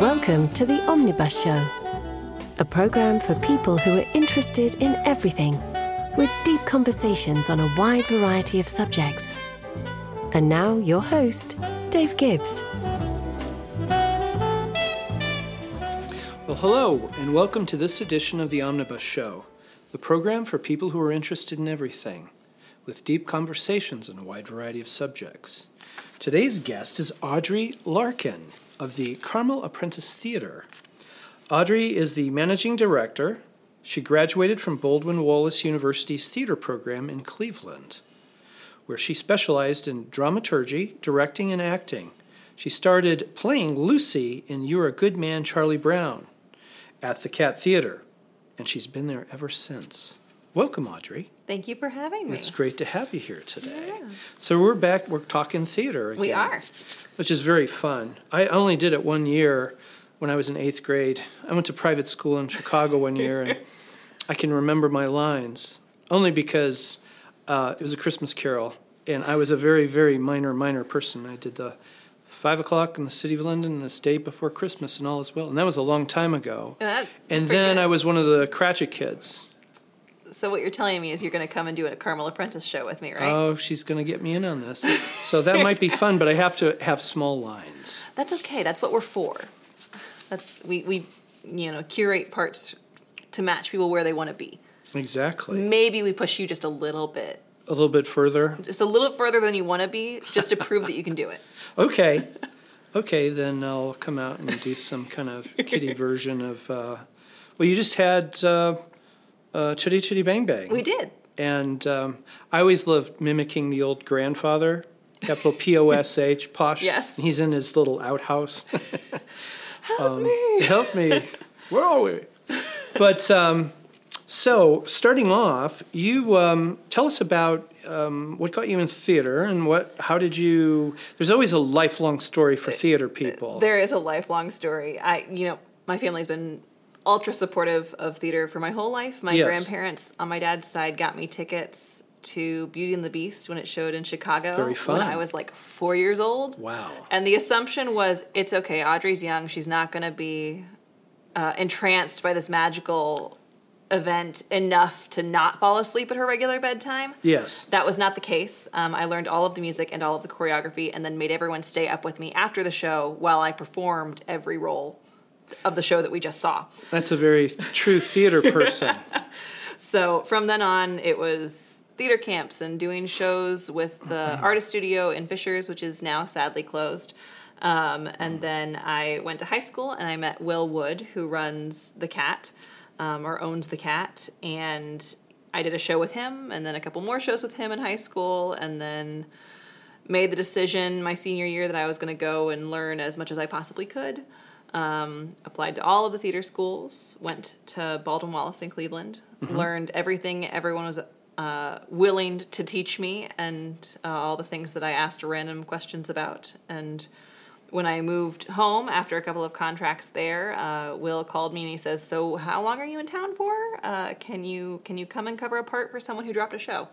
Welcome to The Omnibus Show, a programme for people who are interested in everything, with deep conversations on a wide variety of subjects. And now, your host, Dave Gibbs. Well, hello, and welcome to this edition of The Omnibus Show, the program for people who are interested in everything, with deep conversations on a wide variety of subjects. Today's guest is Audrey Larkin of the Carmel Apprentice Theater. Audrey is the managing director. She graduated from Baldwin Wallace University's theater program in Cleveland, where she specialized in dramaturgy, directing, and acting. She started playing Lucy in You're a Good Man, Charlie Brown at the Cat Theater, and she's been there ever since. Welcome, Audrey. Thank you for having me. It's great to have you here today. So we're back. We're talking theater again. We are. which is very fun. I only did it one year when I was in eighth grade. I went to private school in Chicago one year, and I can remember my lines only because uh, it was a Christmas Carol, and I was a very, very minor, minor person. I did the five o'clock in the City of London, and the Day Before Christmas, and all is well. And that was a long time ago. and That- Oh, that's pretty then good. I was one of the Cratchit kids. So what you're telling me is you're going to come and do a Carmel Apprentice show with me, right? Oh, she's going to get me in on this. So that might be fun, but I have to have small lines. That's okay. That's what we're for. That's we we you know curate parts to match people where they want to be. Exactly. Maybe we push you just a little bit, A little bit further. just a little further than you want to be, just to prove that you can do it. Okay. Okay, then I'll come out and do some kind of kitty version of. Uh, well, you just had uh, uh, Chitty Chitty Bang Bang. We did. And um, I always loved mimicking the old grandfather, capital P O S H, posh. Yes. He's in his little outhouse. Um, help me. Help me. Where are we? But um, so, starting off, you um, tell us about um, what got you in theater and what, how did you? There's always a lifelong story for theater people. There is a lifelong story. I, you know, my family's been ultra supportive of theater for my whole life. My Yes. grandparents on my dad's side got me tickets to Beauty and the Beast when it showed in Chicago Very fun. when I was like four years old. Wow. And the assumption was it's okay. Audrey's young. She's not going to be uh, entranced by this magical event enough to not fall asleep at her regular bedtime. yes. That was not the case. Um, I learned all of the music and all of the choreography, and then made everyone stay up with me after the show while I performed every role of the show that we just saw. That's a very true theater person. So from then on, it was theater camps and doing shows with the artist studio in Fishers, which is now sadly closed. Um, and then I went to high school and I met Will Wood, who runs The Cat um, or owns The Cat. And I did a show with him and then a couple more shows with him in high school. And then made the decision my senior year that I was going to go and learn as much as I possibly could. Um, applied to all of the theater schools, went to Baldwin Wallace in Cleveland, learned everything everyone was uh, willing to teach me, and uh, all the things that I asked random questions about. And when I moved home after a couple of contracts there, uh, Will called me and he says, "So how long are you in town for? Uh, can you can you come and cover a part for someone who dropped a show?"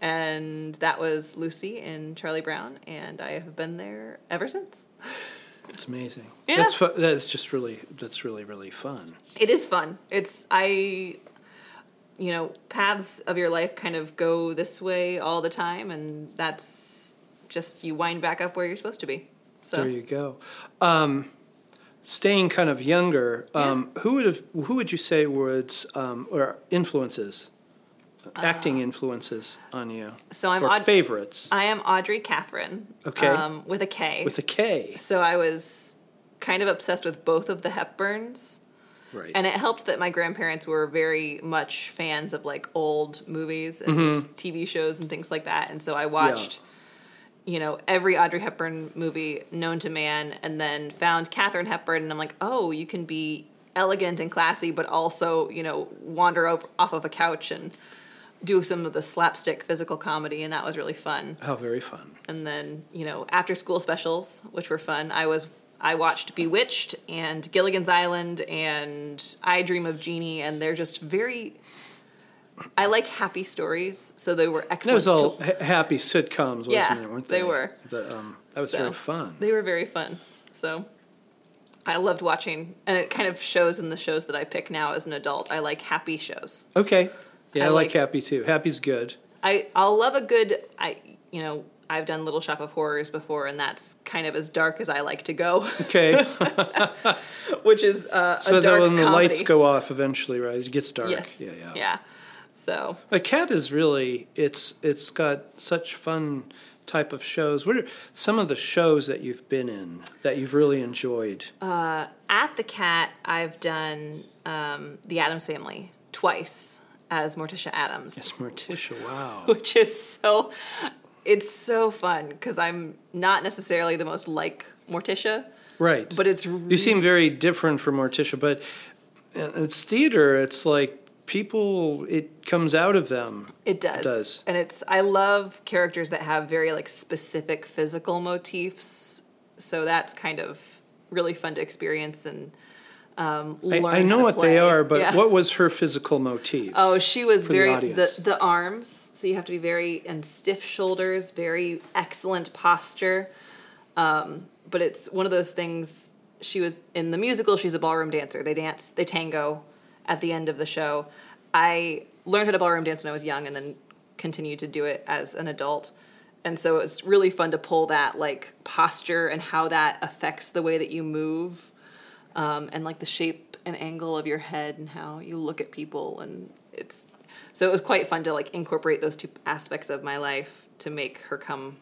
and that was Lucy and Charlie Brown, and I have been there ever since. It's amazing. Yeah. That's fu- that's just really that's really really fun. It is fun. It's I, you know, paths of your life kind of go this way all the time, and that's just you wind back up where you're supposed to be. So There you go. Um, staying kind of younger, um, who would have, who would you say was um, or influences, acting influences on you? Uh, So I'm or odd- favorites I am Audrey Catherine. Okay. Um, with a K. with a K, so I was kind of obsessed with both of the Hepburns. right? And it helped that my grandparents were very much fans of like old movies and TV shows and things like that. And so I watched, you know, every Audrey Hepburn movie known to man and then found Katherine Hepburn. And I'm like, oh, you can be elegant and classy, but also, you know, wander over, off of a couch and do some of the slapstick physical comedy. And that was really fun How very fun. and then you know after school specials which were fun i was i watched bewitched and gilligan's island and i dream of jeannie and they're just very i like happy stories so they were That excellent was all to- ha- happy sitcoms, wasn't Yeah, it? Weren't they? they were. The, um, that was so very fun. they were very fun so I loved watching, and it kind of shows in the shows that I pick now as an adult. I like happy shows. Okay. Yeah, I I, like, like- Happy too. Happy's good. I I'll love a good I you know I've done Little Shop of Horrors before, and that's kind of as dark as I like to go, Okay. which is uh, so a dark that when the comedy. lights go off eventually, right? It gets dark. yes, Yeah, yeah. So A cat is really it's it's got such fun type of shows. What are some of the shows that you've been in that you've really enjoyed? Uh, at the cat, I've done um, the Adams Family twice as Morticia Adams. It's Morticia. Wow. which is so it's so fun because I'm not necessarily the most like Morticia, Right. but it's you seem very different from Morticia, but uh, it's theater. It's like people. It comes out of them. it does. does. and it's I love characters that have very like specific physical motifs, so that's kind of really fun to experience and um, I, learn. I how know to what they play. are, but Yeah. what was her physical motif? Oh, she was for the very the, audience? the arms. So you have to be very and stiff shoulders, very excellent posture. Um, but it's one of those things. She was in the musical. She's a ballroom dancer. They dance. They tango at the end of the show. I learned how to ballroom dance when I was young, and then continued to do it as an adult. And so it's really fun to pull that like posture and how that affects the way that you move um, and like the shape and angle of your head and how you look at people and it's so it was quite fun to like incorporate those two aspects of my life to make her come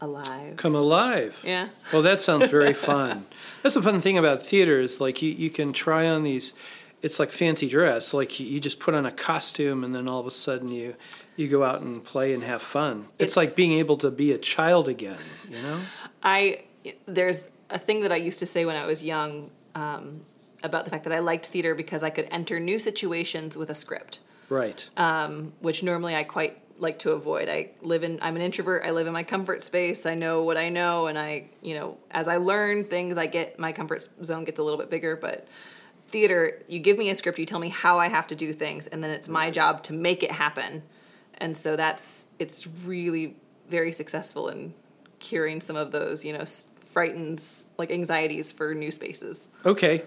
alive come alive. Yeah. Well, that sounds very fun. That's the fun thing about theater is like you, you can try on these. It's like fancy dress. Like you, you just put on a costume, and then all of a sudden you you go out and play and have fun. It's, It's- like being able to be a child again. You know. I there's a thing that I used to say when I was young um, about the fact that I liked theater because I could enter new situations with a script Right. Uh, which normally I quite like to avoid. I live in I'm an introvert. I live in my comfort space. I know what I know and I, you know, as I learn things, I get my comfort zone gets a little bit bigger, but theater, you give me a script, you tell me how I have to do things and then it's my job to make it happen. And so that's it's really very successful in curing some of those, you know, s- frightens like anxieties for new spaces. okay.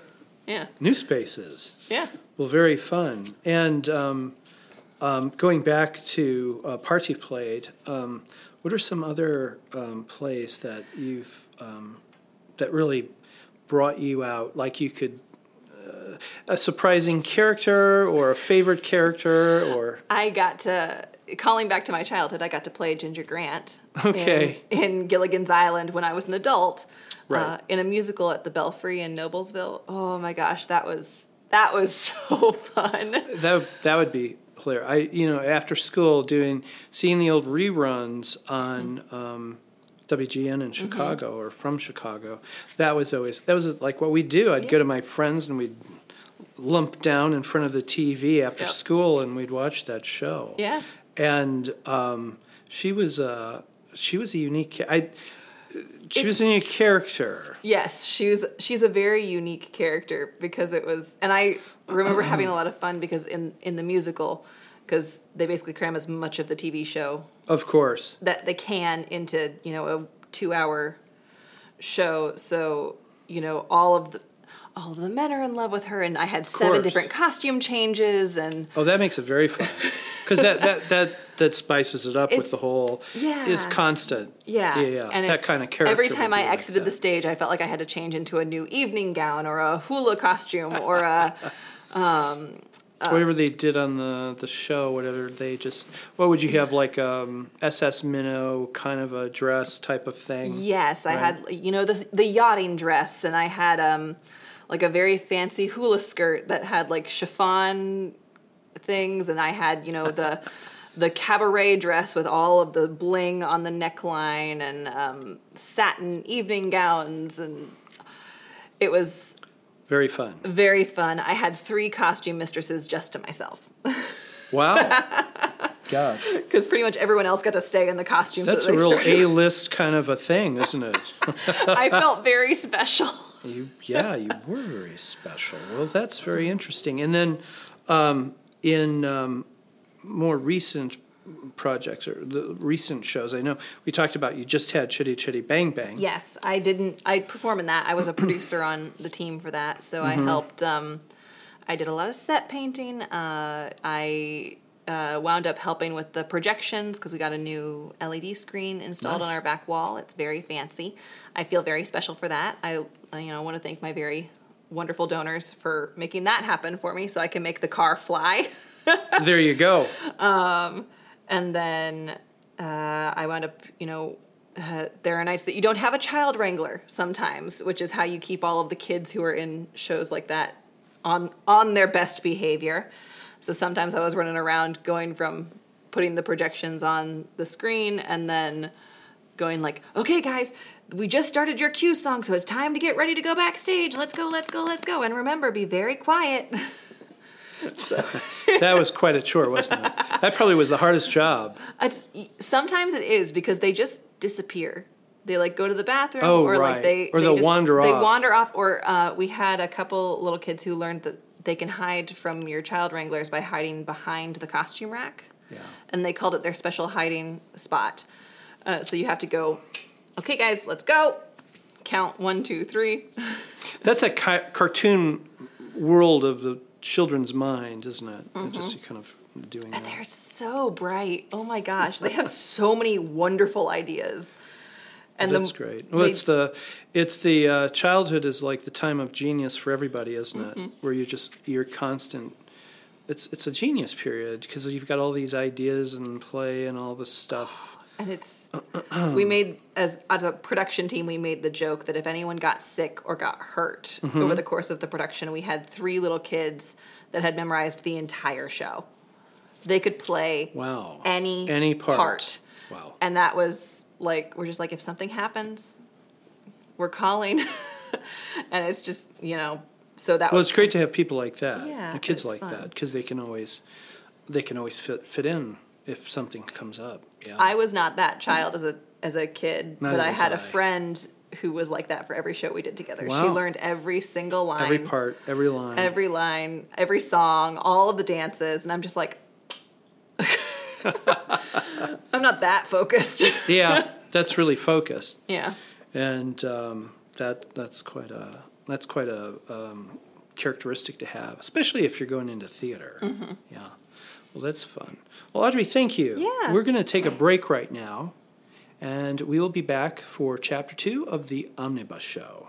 Yeah. New spaces. Yeah. Well, very fun. And um, um, going back to uh, parts you've played, um, what are some other um, plays that you've um, that really brought you out? Like you could uh, a surprising character or a favorite character or I got to calling back to my childhood. I got to play Ginger Grant Okay. in, in Gilligan's Island when I was an adult, uh, Right. in a musical at the Belfry in Noblesville. Oh my gosh, that was that was so fun. that that would be hilarious. I you know after school doing seeing the old reruns on um, WGN in Mm-hmm. Chicago or from Chicago. That was always that was like what we do. I'd go to my friends and we'd lump down in front of the TV after Yep. school and we'd watch that show. Yeah. and um, she was a she was a unique. ca- I she was a unique character. Yes, she's she's a very unique character because it was, and I remember having a lot of fun because in in the musical, because they basically cram as much of the TV show Of course, that they can into you know a two hour show so you know all of the all of the men are in love with her and i had seven course. different costume changes and Oh, that makes it very fun because that, that that that spices it up with It's- the whole. yeah. it's constant. yeah yeah, yeah. and that it's- kind of character. every would time be i like exited the that. stage i felt like i had to change into a new evening gown or a hula costume or a uh, whatever they did on the the show, whatever they just, what would you have like um SS Minnow kind of a dress type of thing? yes i Right. had you know this the yachting dress and i had um like a very fancy hula skirt that had like chiffon things and i had you know the the cabaret dress with all of the bling on the neckline and um, satin evening gowns and it was Very fun. very fun i had three costume mistresses just to myself Wow. Gosh, because pretty much everyone else got to stay in the costumes that's that a they real started. A list kind of a thing, isn't it? i felt very special You, yeah, you were very special. Well, that's very interesting. And then um, in um, more recent projects or the recent shows. I know we talked about you just had Chitty Chitty Bang Bang. Yes, I didn't. I perform in that. I was a producer on the team for that, so I helped. Um, I did a lot of set painting. Uh, I uh, wound up helping with the projections because we got a new LED screen installed on Nice. our back wall. It's very fancy. I feel very special for that. I, I you know, want to thank my very wonderful donors for making that happen for me, so I can make the car fly. There you go. and then uh, I wound up, you know, uh, there are nights that you don't have a child wrangler sometimes, which is how you keep all of the kids who are in shows like that on on their best behavior. So sometimes I was running around going from putting the projections on the screen and then going like, "Okay, guys, we just started your cue song, so it's time to get ready to go backstage. Let's go, let's go, let's go, and remember, be very quiet." That was quite a chore, wasn't it? That probably was the hardest job. It's, sometimes it is because they just disappear. They like go to the bathroom, Oh, or right. like they Or they they'll wander They off. wander off, or uh, we had a couple little kids who learned that they can hide from your child wranglers by hiding behind the costume rack. Yeah. and they called it their special hiding spot. Uh, so you have to go. Okay, guys, let's go. Count one, two, three. That's a ca- cartoon world of the children's mind, isn't it? They're Just kind of doing that. They're so bright. Oh my gosh, they have so many wonderful ideas. And That's the, great. Well, they- it's the it's the uh, childhood is like the time of genius for everybody, isn't it? Mm-hmm. Where you're just you're constant. It's it's a genius period because you've got all these ideas and play and all this stuff. And it's we made as as a production team we made the joke that if anyone got sick or got hurt Mm-hmm. over the course of the production, we had three little kids that had memorized the entire show. They could play Wow. any any part. part. Wow. And that was like we're just like if something happens, we're calling. and it's just, you know, so that well, was it's great to have people like that. Yeah, and kids it's like fun. that because they can always they can always fit fit in if something comes up. Yeah. I was not that child as a as a kid, Neither but I was had a I. friend who was like that for every show we did together. She Wow. learned every single line, every part, every line. every line, every song, all of the dances, and I'm just like, I'm not that focused. yeah, that's really focused. yeah, and um, that that's quite a that's quite a um, characteristic to have, especially if you're going into theater. Yeah. Well, that's fun. Well, Audrey, thank you. Yeah. We're going to take a break right now, and we will be back for chapter two of the Omnibus Show.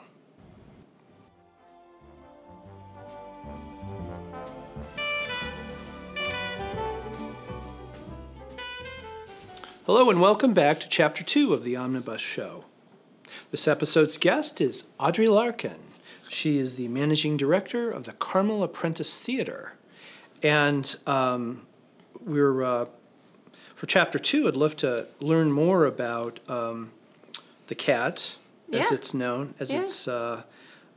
Hello, and welcome back to chapter two of the Omnibus Show. This episode's guest is Audrey Larkin. She is the managing director of the Carmel Apprentice Theater. And um, we're, uh, for chapter two, I'd love to learn more about um, the cat, as Yeah. it's known, as Yeah. its, uh,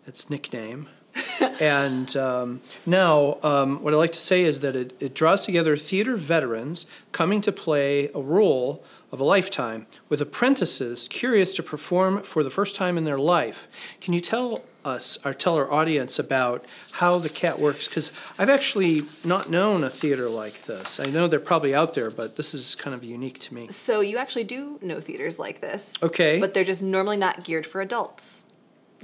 its nickname. and um, now, um, what I like to say is that it, it draws together theater veterans coming to play a role of a lifetime with apprentices curious to perform for the first time in their life. Can you tell us or tell our audience about how the cat works? Because I've actually not known a theater like this. I know they're probably out there, but this is kind of unique to me. so you actually do know theaters like this, Okay. But they're just normally not geared for adults.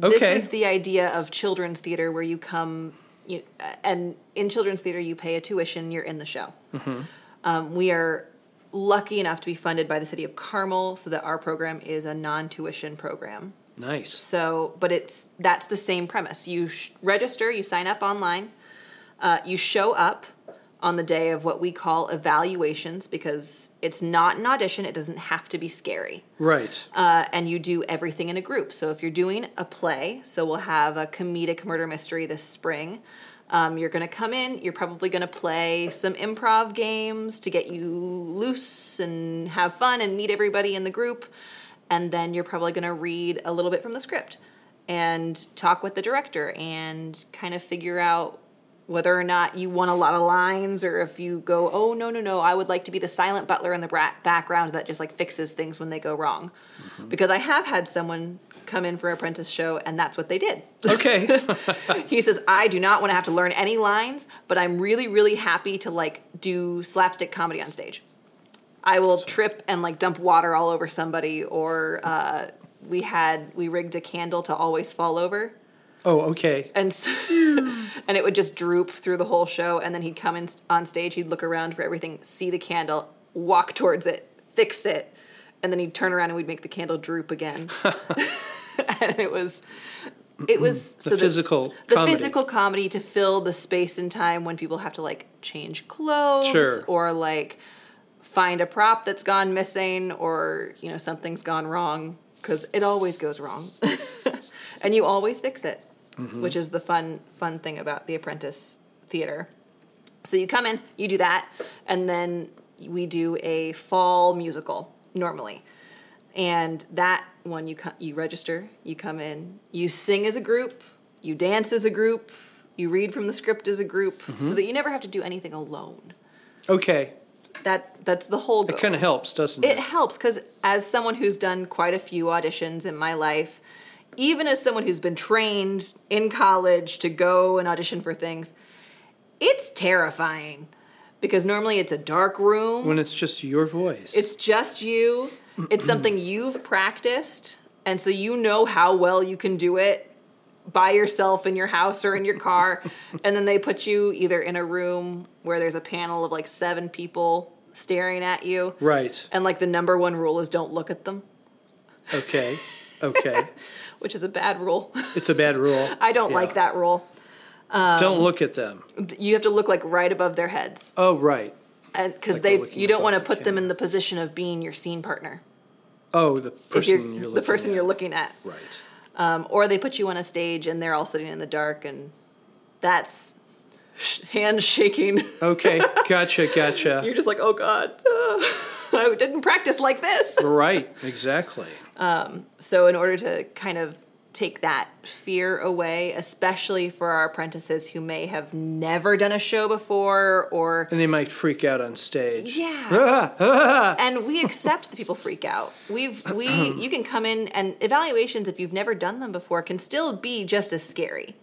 Okay. This is the idea of children's theater where you come, you, and in children's theater, you pay a tuition, you're in the show. Mm-hmm. Um, we are lucky enough to be funded by the city of Carmel, so that our program is a non tuition program. nice. So, but it's that's the same premise. You sh- register, you sign up online, uh, you show up on the day of what we call evaluations because it's not an audition, it doesn't have to be scary Right. uh, and you do everything in a group. So if you're doing a play, so we'll have a comedic murder mystery this spring. Um, you're going to come in. You're probably going to play some improv games to get you loose and have fun and meet everybody in the group. And then you're probably going to read a little bit from the script and talk with the director and kind of figure out whether or not you want a lot of lines or if you go oh no no no i would like to be the silent butler in the bra- background that just like fixes things when they go wrong because i have had someone come in for an apprentice show and that's what they did Okay. he says i do not want to have to learn any lines but i'm really really happy to like do slapstick comedy on stage I will trip and like dump water all over somebody, or uh, we had we rigged a candle to always fall over, Oh, okay. and so, and it would just droop through the whole show. And then he'd come in on stage, he'd look around for everything, see the candle, walk towards it, fix it, and then he'd turn around and we'd make the candle droop again. and it was. It was The so this- physical the comedy. physical comedy to fill the space and time when people have to like change clothes Sure. or like find a prop that's gone missing or you know something's gone wrong because it always goes wrong and you always fix it which is the fun fun thing about the apprentice theater so you come in you do that and then we do a fall musical normally and that one you co- you register you come in you sing as a group you dance as a group you read from the script as a group so that you never have to do anything alone Okay. that that's the whole It goal. kind of helps, doesn't It it? helps because as someone who's done quite a few auditions in my life, even as someone who's been trained in college to go and audition for things, it's terrifying because normally it's a dark room. When it's just your voice. It's just you. It's something you've practiced, and so you know how well you can do it by yourself in your house or in your car. and then they put you either in a room where there's a panel of like seven people staring at you. right. And like the number one rule is don't look at them, Okay. Okay. which is a bad rule. it's a bad rule. I don't Yeah. like that rule. Don't look at them. D- You have to look like right above their heads Oh, right. because Like we're they looking you don't above want to the put them camera. in the position of being your scene partner. Oh, the If you're, person you're, looking the person at. you're looking at, Right. um, or they put you on a stage and they're all sitting in the dark and that's sh- hand shaking. Okay. Gotcha. Gotcha. You're just like, oh god, I didn't practice like this. right. Exactly. So, in order to kind of take that fear away, especially for our apprentices who may have never done a show before, or And they might freak out on stage. yeah, and we accept the people freak out. We've we you can come in and evaluations if you've never done them before can still be just as scary.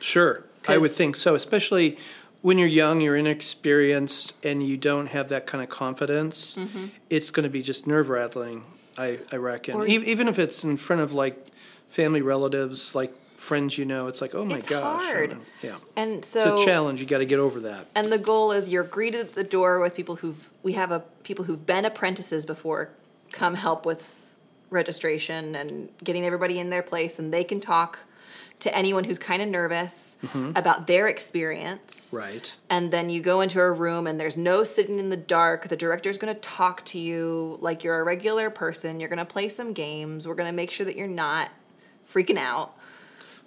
Sure. I would 'Cause- think so, especially when you're young, you're inexperienced, and you don't have that kind of confidence. It's going to be just nerve rattling, I, I reckon. Mm-hmm. Or- E- even if it's in front of like family relatives, like friends you know, it's like, oh my It's gosh. I'm hard. gonna- Yeah. And It's so a challenge. You got to get over that. and the goal is you're greeted at the door with people who've we have a people who've been apprentices before come help with registration and getting everybody in their place and they can talk to anyone who's kind of nervous about their experience Right. and then you go into a room and there's no sitting in the dark the director's going to talk to you like you're a regular person you're going to play some games we're going to make sure that you're not freaking out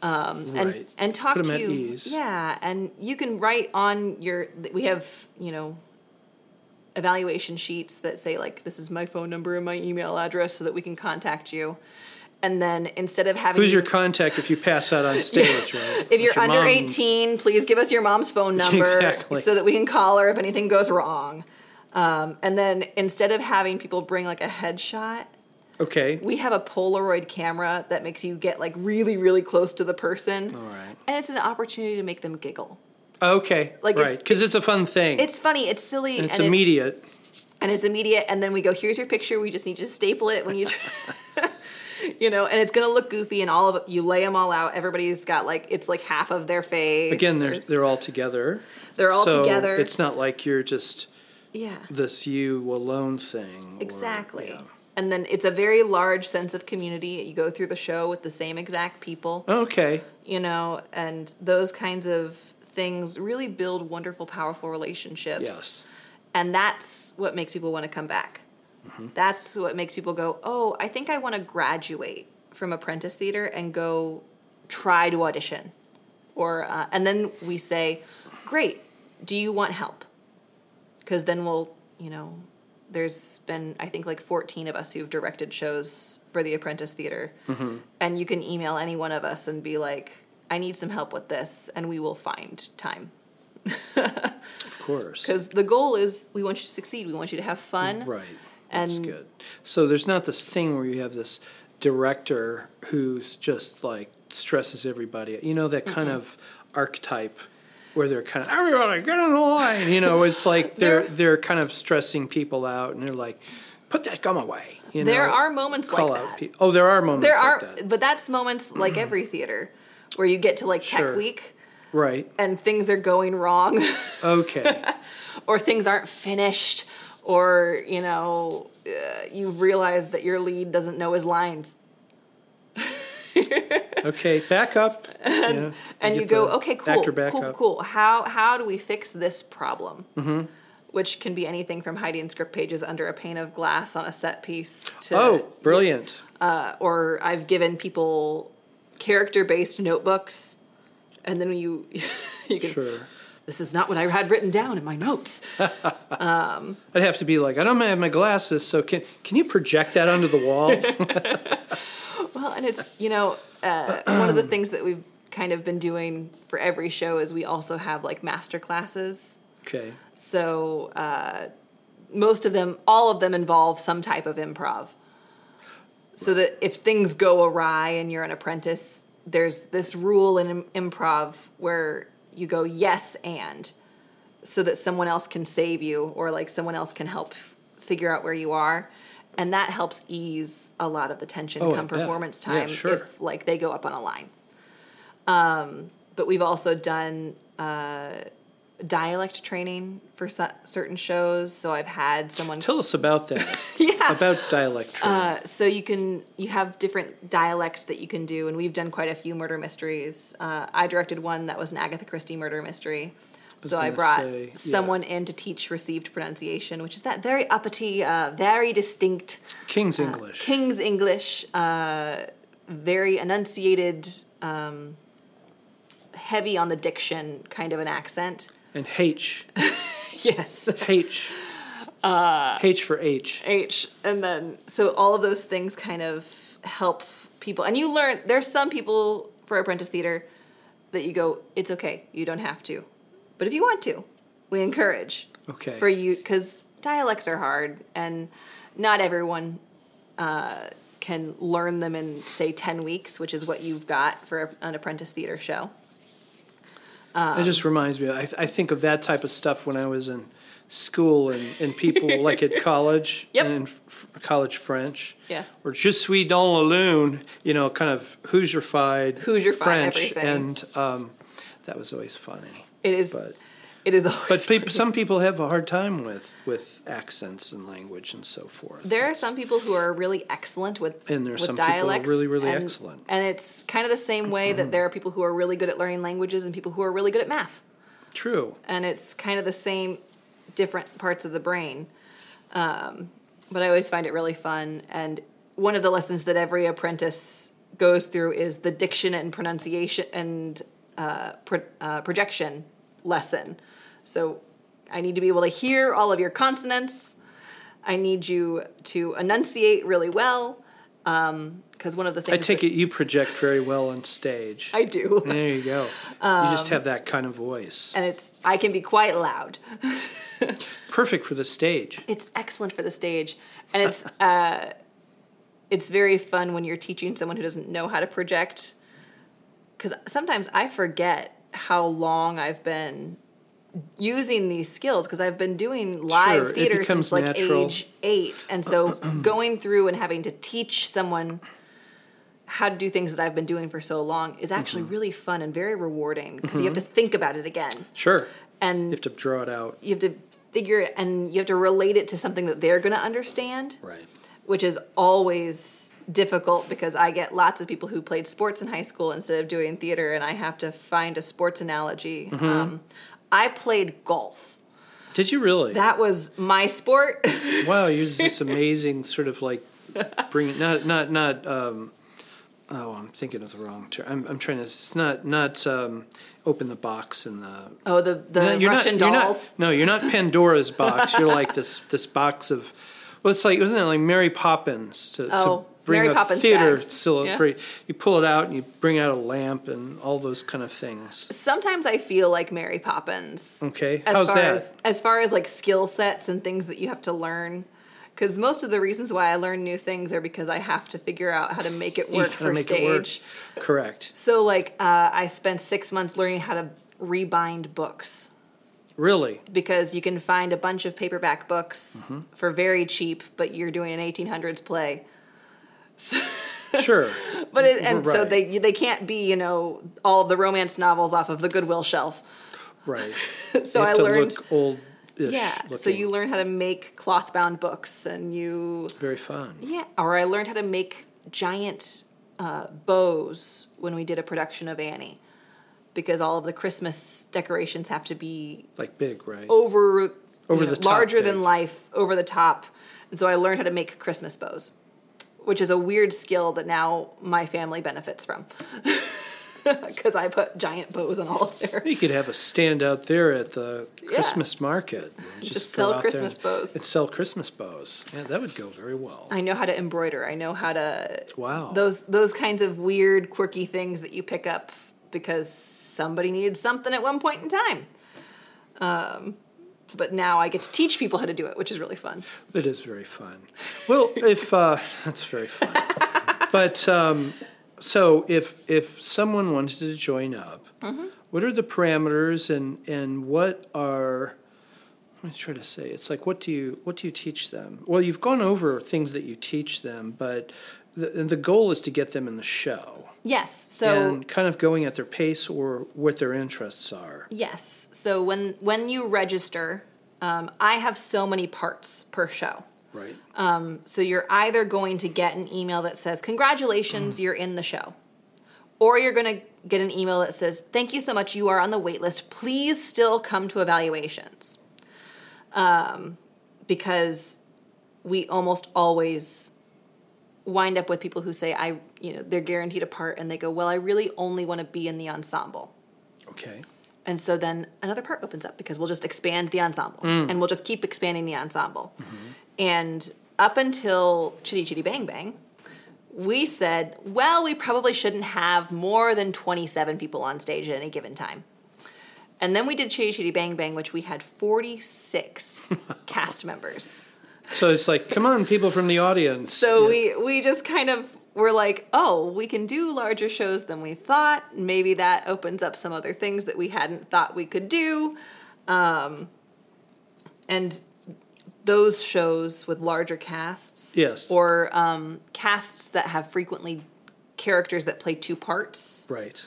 um, and Right. and talk Put 'em to at you ease. yeah and you can write on your we have you know evaluation sheets that say like this is my phone number and my email address so that we can contact you and then instead of having Who's your you- contact if you pass out on stage, right? if you're your under mom- 18, please give us your mom's phone number Exactly. so that we can call her if anything goes wrong. Um, and then instead of having people bring like a headshot, Okay. we have a Polaroid camera that makes you get like really, really close to the person. All right. And it's an opportunity to make them giggle. Okay. Like, it's- right. Because it's, a fun thing. It's funny, it's silly, and it's immediate. and it's immediate. And then we go, here's your picture. We just need you to staple it when you, you know, and it's gonna look goofy. And all of you lay them all out. Everybody's got like it's like half of their face. Again, or- they're, they're all together. They're all so together. It's not like you're just yeah. this you alone thing. or- Exactly. yeah. And then it's a very large sense of community. You go through the show with the same exact people, Okay. you know, and those kinds of things really build wonderful, powerful relationships. Yes. And that's what makes people want to come back. That's what makes people go, oh, I think I want to graduate from apprentice theater and go try to audition. Or, uh, and then we say, great, do you want help? because then we'll you know there's been i think like 14 of us who've directed shows for the apprentice theater and you can email any one of us and be like i need some help with this and we will find time Of course. because the goal is we want you to succeed we want you to have fun Right. That's and- good. So there's not this thing where you have this director who's just like stresses everybody. You know that kind of archetype where they're kind of everybody get in line. You know, it's like they're they're kind of stressing people out, and they're like, put that gum away. You know, There are moments like call that. out people. Oh, there are moments There are, like that, Mm-hmm. but that's moments like every theater where you get to like tech Sure. week right? and things are going wrong Okay, or things aren't finished or, you know, uh, you realize that your lead doesn't know his lines. okay, back up, you know, and get you go, the okay, cool, actor back cool, up. Mm-hmm. cool. How how do we fix this problem? Which can be anything from hiding script pages under a pane of glass on a set piece to, Oh, brilliant! uh, or I've given people character based notebooks, and then you you can. Sure. This is not what I had written down in my notes. I'd have to be like, I don't have my glasses, so can can you project that onto the wall? Well, and it's, you know, uh, one of the things that we've kind of been doing for every show is we also have like master classes. okay, So uh, most of them, all of them involve some type of improv. So that if things go awry and you're an apprentice, there's this rule in im- improv where you go yes and so that someone else can save you or like someone else can help figure out where you are. And that helps ease a lot of the tension Oh, I come bet. performance Yeah, time sure. if like they go up on a line. Um, but we've also done uh, dialect training for cer- certain shows. So I've had someone. tell us about that. Yeah. about dialect training. Uh, so you can you have different dialects that you can do, and we've done quite a few murder mysteries. Uh, I directed one that was an Agatha Christie murder mystery. So I gonna brought say, yeah. someone in to teach received pronunciation, which is that very uppity, uh, very distinct uh, King's English. King's English, uh, very enunciated, um, heavy on the diction kind of an accent. and H. Yes. H. Uh, H for H. H, and then so all of those things kind of help people. And you learn there's some people for apprentice theater that you go, it's okay, you don't have to, but if you want to, we encourage Okay. for you because dialects are hard and not everyone uh, can learn them in say ten weeks, which is what you've got for a- an apprentice theater show. it just reminds me. I, I think of that type of stuff when I was in school and, and people like at college Yep. and in f- college French. Yeah. Or je suis dans la lune, you know, kind of Hoosier-fied Hoosier-fied French. everything. And um, that was always funny. It is. But- it is always. But peop some people have a hard time with, with accents and language and so forth. There are some people who are really excellent with And there are with some people who are dialects really, really and- excellent. And it's kind of the same way that there are people who are really good at learning languages and people who are really good at math. True. And it's kind of the same different parts of the brain. Um, but I always find it really fun. And one of the lessons that every apprentice goes through is the diction and pronunciation and uh, pro- uh, projection lesson. So I need to be able to hear all of your consonants. I need you to enunciate really well. Because one of the things I take Mm. it you project very well on stage. I Um, do, There you go. you just have that kind of voice. and it's I can be quite loud. Perfect for the stage. it's excellent for the stage and it's uh, it's very fun when you're teaching someone who doesn't know how to project because sometimes i forget how long i've been using these skills because i've been doing live Sure, it theater becomes since like natural. age eight and so going through and having to teach someone how to do things that i've been doing for so long is actually Mm-hmm. really fun and very rewarding because you have to think about it again Sure. and You have to draw it out. you have to figure it and you have to relate it to something that they're going to understand Right. which is always difficult because i get lots of people who played sports in high school instead of doing theater and i have to find a sports analogy Mm-hmm. um, i played golf Did you really? that was my sport wow, you're just this amazing sort of like bringing not not not um oh, I'm thinking of the wrong term. I'm I'm trying to it's not not um open the box and the oh the, the No, russian not, dolls You're not, no, you're not Pandora's box. You're like this this box of. Well, it's like wasn't it like Mary Poppins to, Oh, to bring Mary a Poppins theater bags. silhouette. You pull it out and you bring out a lamp and all those kind of things. sometimes i feel like mary poppins Okay, as how's far that? as as far as like skill sets and things that you have to learn because most of the reasons why i learn new things are because i have to figure out how to make it You work gotta for make it work. stage Correct. So like uh, I spent six months learning how to rebind books Really? because you can find a bunch of paperback books for very cheap, but you're doing an 1800s play. Sure. But it, and so Right. they they can't be you know all of the romance novels off of the Goodwill shelf. right. So you have I to learned. look old ish. yeah. Looking. So you learn how to make cloth bound books, and you Very fun. yeah. Or I learned how to make giant uh, bows when we did a production of Annie, because all of the Christmas decorations have to be Like big, right? Oh. over Over you know, the top larger big. than life, over the top. And so I learned how to make Christmas bows, which is a weird skill that now my family benefits from. Because I put giant bows on all of their. You could have a stand out there at the Christmas market. and Just, go sell out there Christmas and- bows. And sell Christmas bows. Yeah, that would go very well. I know how to embroider. I know how to Wow. those those kinds of weird, quirky things that you pick up because somebody needed something at one point in time. Um, but now I get to teach people how to do it, which is really fun. It is very fun. Well, if uh, that's very fun, but um, so if if someone wanted to join up, Mm-hmm. what are the parameters and and what are I'm trying to say it's like what do you what do you teach them? Well, you've gone over things that you teach them, but the and the goal is to get them in the show Yes. So and kind of going at their pace or what their interests are. Yes. So when when you register, um, I have so many parts per show. Right. Uh, So you're either going to get an email that says congratulations, you're in the show, or you're going to get an email that says thank you so much, you are on the wait list. Please still come to evaluations, um, because we almost always wind up with people who say I you know they're guaranteed a part and they go well I really only want to be in the ensemble. okay. And so then another part opens up because we'll just expand the ensemble and we'll just keep expanding the ensemble. And up until Chitty Chitty Bang Bang, we said, well, we probably shouldn't have more than 27 people on stage at any given time. And then we did Chitty Chitty Bang Bang, which we had 46 cast members. So it's like, come on, people from the audience. So Yeah. we we just kind of were like, oh, we can do larger shows than we thought. Maybe that opens up some other things that we hadn't thought we could do. Um, and those shows with larger casts, Yes. or um, casts that have frequently characters that play two parts, right.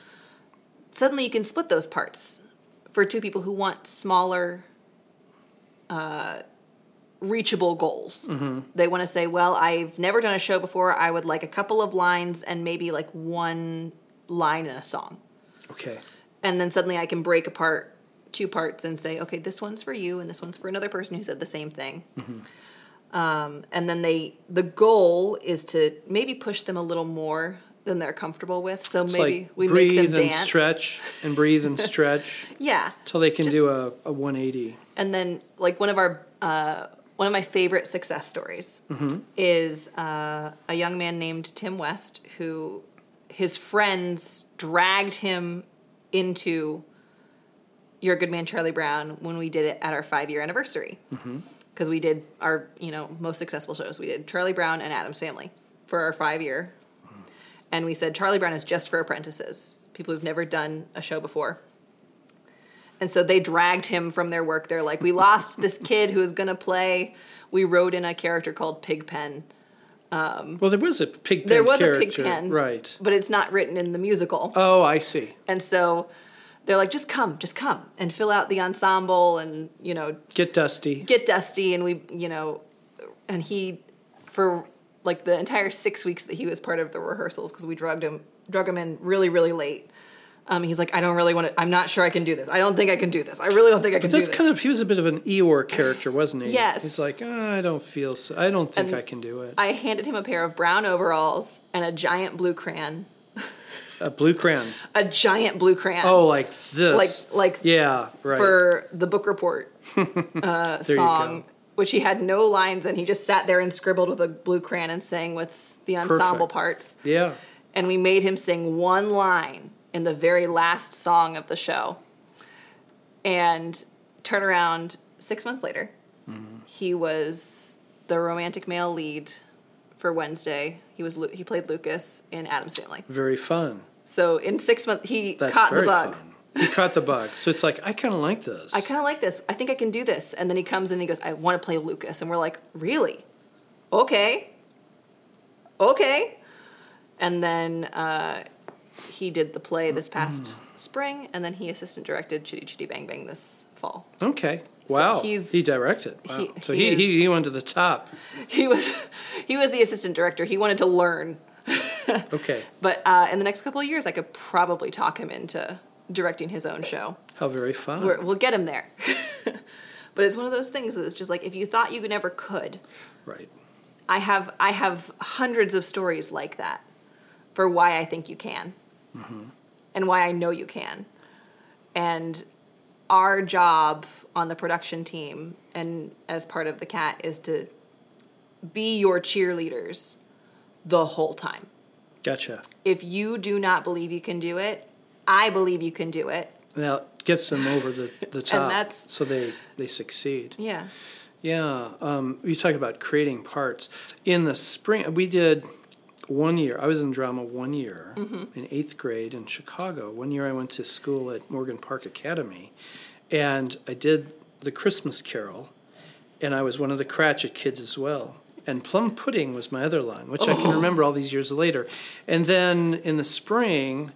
suddenly you can split those parts for two people who want smaller uh, reachable goals Mm-hmm. they want to say well i've never done a show before i would like a couple of lines and maybe like one line in a song Okay. and then suddenly i can break apart two parts and say okay this one's for you and this one's for another person who said the same thing Mm-hmm. um, and then they the goal is to maybe push them a little more than they're comfortable with so It's maybe like we breathe make them and dance stretch and breathe and stretch yeah till they can Just- do a, a 180. and then like one of our uh, one of my favorite success stories is uh, a young man named Tim West who his friends dragged him into You're a Good Man, Charlie Brown when we did it at our five year anniversary because we did our you know most successful shows we did Charlie Brown and Adam's Family for our five year. And we said Charlie Brown is just for apprentices, people who've never done a show before. And so they dragged him from their work. They're like, we lost this kid who was going to play. We wrote in a character called Pigpen, Well, there was a pig pen There was a character. Pigpen. Right. but it's not written in the musical. Oh, I see. And so they're like, just come, just come and fill out the ensemble and, you know, Get dusty. get dusty. And we, you know, and he, for like the entire six weeks that he was part of the rehearsals, because we drugged him, drug him in really, really late. Um, he's like, I don't really want to, I'm not sure I can do this. I don't think I can do this. I really don't think I can but do that's this. kind of, he was a bit of an Eeyore character, wasn't he? Yes. He's like, "Ah, I don't feel so, I don't think And I can do it. I handed him a pair of brown overalls and a giant blue crayon. a blue crown. A giant blue crayon Oh, like this. Like- like Yeah, right. for the book report uh, you song, go. which he had no lines and he just sat there and scribbled with a blue crayon and sang with the ensemble Perfect. parts. yeah. And we made him sing one line in the very last song of the show. And turn around six months later, Mm-hmm. he was the romantic male lead for Wednesday. He was Lu- he played Lucas in Adam's Family. Very fun. So in six months, he That's caught the very bug. fun. He caught the bug. So it's like, I kind of like this. I kind of like this. I think I can do this. And then he comes in and he goes, I want to play Lucas. And we're like, really? Okay. Okay. And then uh, he did the play this Mm-hmm. past spring, and then he assistant directed Chitty Chitty Bang Bang this fall. Okay. So Wow. he's- he directed. Wow. he- so he he, is- he, he went to the top. He was he was the assistant director. He wanted to learn. Okay. But uh, in the next couple of years, I could probably talk him into directing his own show. How very fun. We're, we'll get him there. but it's one of those things that it's just like if you thought you never could, right. I have I have hundreds of stories like that for why I think you can and why I know you can. And our job on the production team and as part of the cat is to be your cheerleaders the whole time. Gotcha. If you do not believe you can do it, I believe you can do it. Now it gets them over the, the top. that's- so they, they succeed. Yeah. Yeah, um, you talk about creating parts. In the spring, we did one year. I was in drama one year in eighth grade in Chicago. One year I went to school at Morgan Park Academy, and I did the Christmas Carol, and I was one of the Cratchit kids as well. And Plum Pudding was my other line, which I can remember all these years later. And then in the spring,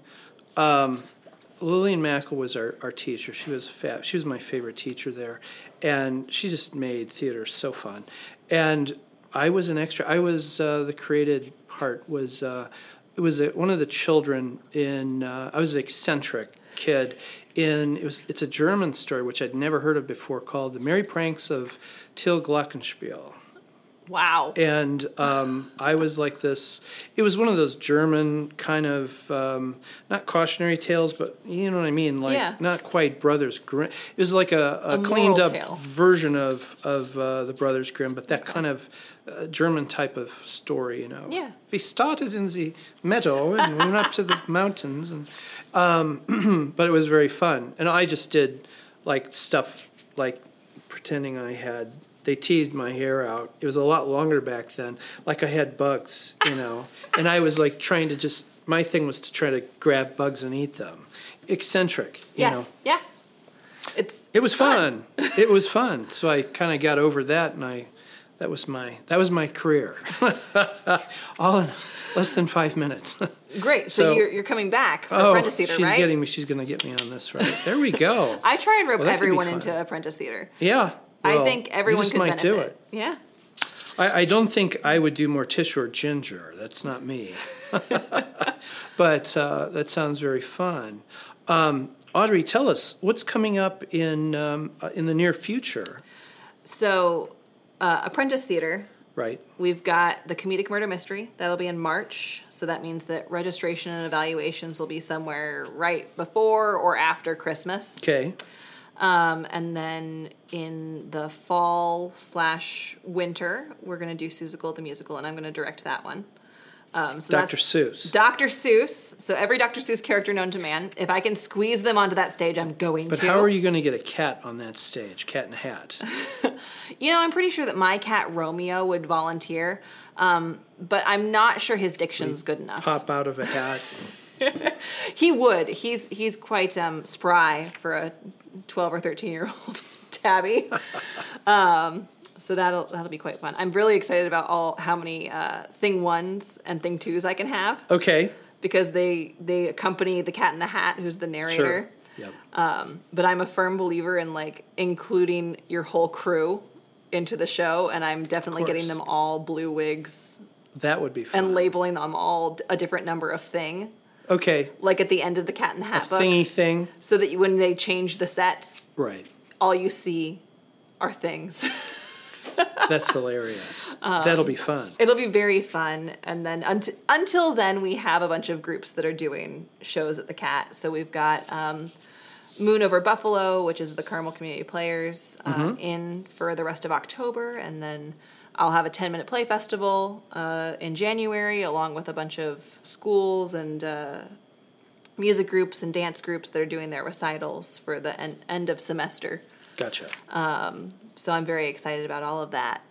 Lillian Mackle was our, our teacher. She was fab. She was my favorite teacher there, and she just made theater so fun. And I was an extra. I was uh, the created part. Was uh, it was uh one of the children in. Uh, I was an eccentric kid in. It was. It's a German story which I'd never heard of before called "The Merry Pranks of Till Glockenspiel." Wow. and um, I was like this. It was one of those German kind of um, not cautionary tales, but you know what I mean, like Yeah. not quite Brothers Grimm. It was like a, a, A moral cleaned up tale. version of of uh, the Brothers Grimm, but that kind of uh, German type of story, you know. Yeah. We started in the meadow and went up to the mountains, and um, but it was very fun, and I just did like stuff like pretending I had. They teased my hair out. It was a lot longer back then. Like I had bugs, you know, and I was like trying to just. My thing was to try to grab bugs and eat them. Eccentric, you know. Yes. Yeah. It's It was fun. it was fun. So I kind of got over that, and I that was my that was my career. All in less than five minutes. Great. So, So- Oh, you're, you're coming back for Apprentice Theater, she's right? getting me. She's gonna get me on this, right? There we go. I try and rope Well, that could be everyone fun. into Apprentice Theater. yeah. I well, think you everyone just could might benefit. do it. Yeah. I, I don't think I would do Morticia or Ginger. That's not me. but uh, that sounds very fun. Um, Audrey, tell us what's coming up in um, uh, in the near future, So uh, Apprentice Theater, right? we've got the comedic murder mystery that'll be in March. So that means that registration and evaluations will be somewhere right before or after Christmas. Okay. Um, and then in the fall slash winter, we're going to do Seussical the musical, and I'm going to direct that one. Um, so Dr. that's- Seuss. Dr. Seuss. So every Dr. Seuss character known to man. If I can squeeze them onto that stage, I'm going But to. how are you going to get a cat on that stage? Cat in a hat. You know, I'm pretty sure that my cat Romeo would volunteer, um, but I'm not sure his diction's good enough. Pop out of a hat. He would. He's he's quite um, spry for a 12 or 13 year old tabby. um, so that'll that'll be quite fun. I'm really excited about all how many uh, thing ones and thing twos I can have Okay. because they they accompany the Cat in the Hat, who's the narrator. Sure. Yep. But I'm a firm believer in like including your whole crew into the show, and I'm definitely course. getting them all blue wigs that would be fun. and labeling them all d- a different number of thing, okay. like at the end of the Cat in the A Hat book. thingy thing. so that you, when they change the sets, Right. all you see are things. That's hilarious. Um, That'll be fun. It'll be very fun. And then unt- until then, we have a bunch of groups that are doing shows at the Cat. So we've got um, Moon Over Buffalo, which is the Carmel Community Players, uh, in for the rest of October. And then I'll have a 10 minute play festival uh, in January, along with a bunch of schools and uh, music groups and dance groups that are doing their recitals for the en- end of semester. Gotcha. so I'm very excited about all of that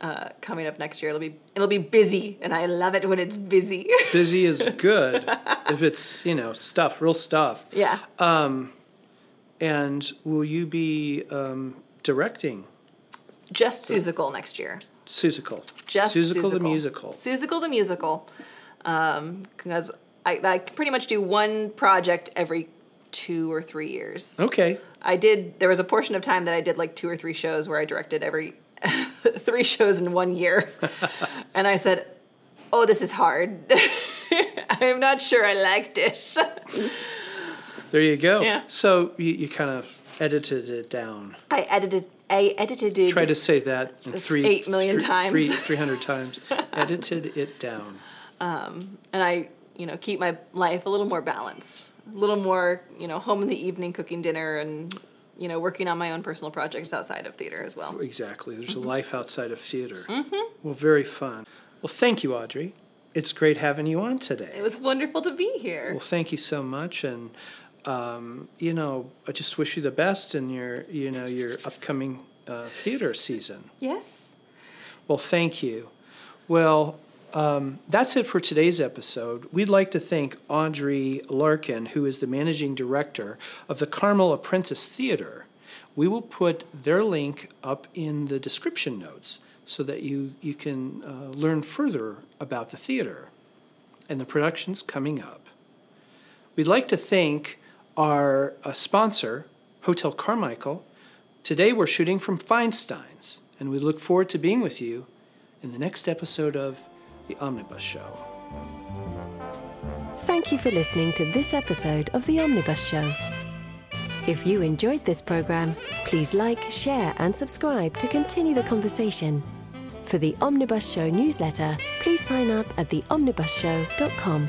uh, coming up next year. It'll be it'll be busy, and I love it when it's busy. Busy is good. if it's you know stuff, real stuff. Yeah. Uh, And will you be um, directing Just Susical next year. Susical? Just Susical, Susical the musical. Susical the musical. Because I, I pretty much do one project every two or three years. Okay. I did. There was a portion of time that I did like two or three shows where I directed every three shows in one year, and I said, "Oh, this is hard. I'm not sure I liked it." There you go. Yeah. So you, you kind of edited it down. I edited. I edited. Try to say that in three Eight million thr- times. three- 300 times. edited it down. and I, you know, keep my life a little more balanced, a little more, you know, home in the evening, cooking dinner, and you know, working on my own personal projects outside of theater as well. Exactly. There's Mm-hmm. a life outside of theater. Well, very fun. Well, thank you, Audrey. It's great having you on It today. was wonderful to be here. Well, thank you so much, and um, you know, I just wish you the best in your, you know, your upcoming uh, theater season. Yes. Well, thank you. Well, um, that's it for today's episode. We'd like to thank Audrey Larkin, who is the managing director of the Carmel Apprentice Theater. We will put their link up in the description notes so that you, you can uh, learn further about the theater and the productions coming up. We'd like to thank our uh, sponsor, Hotel Carmichael. Today we're shooting from Feinstein's, and we look forward to being with you in the next episode of The Omnibus Show. Thank you for listening to this episode of The Omnibus Show. If you enjoyed this program, please like, share, and subscribe to continue the conversation. For the Omnibus Show newsletter, please sign up at theomnibusshow.com.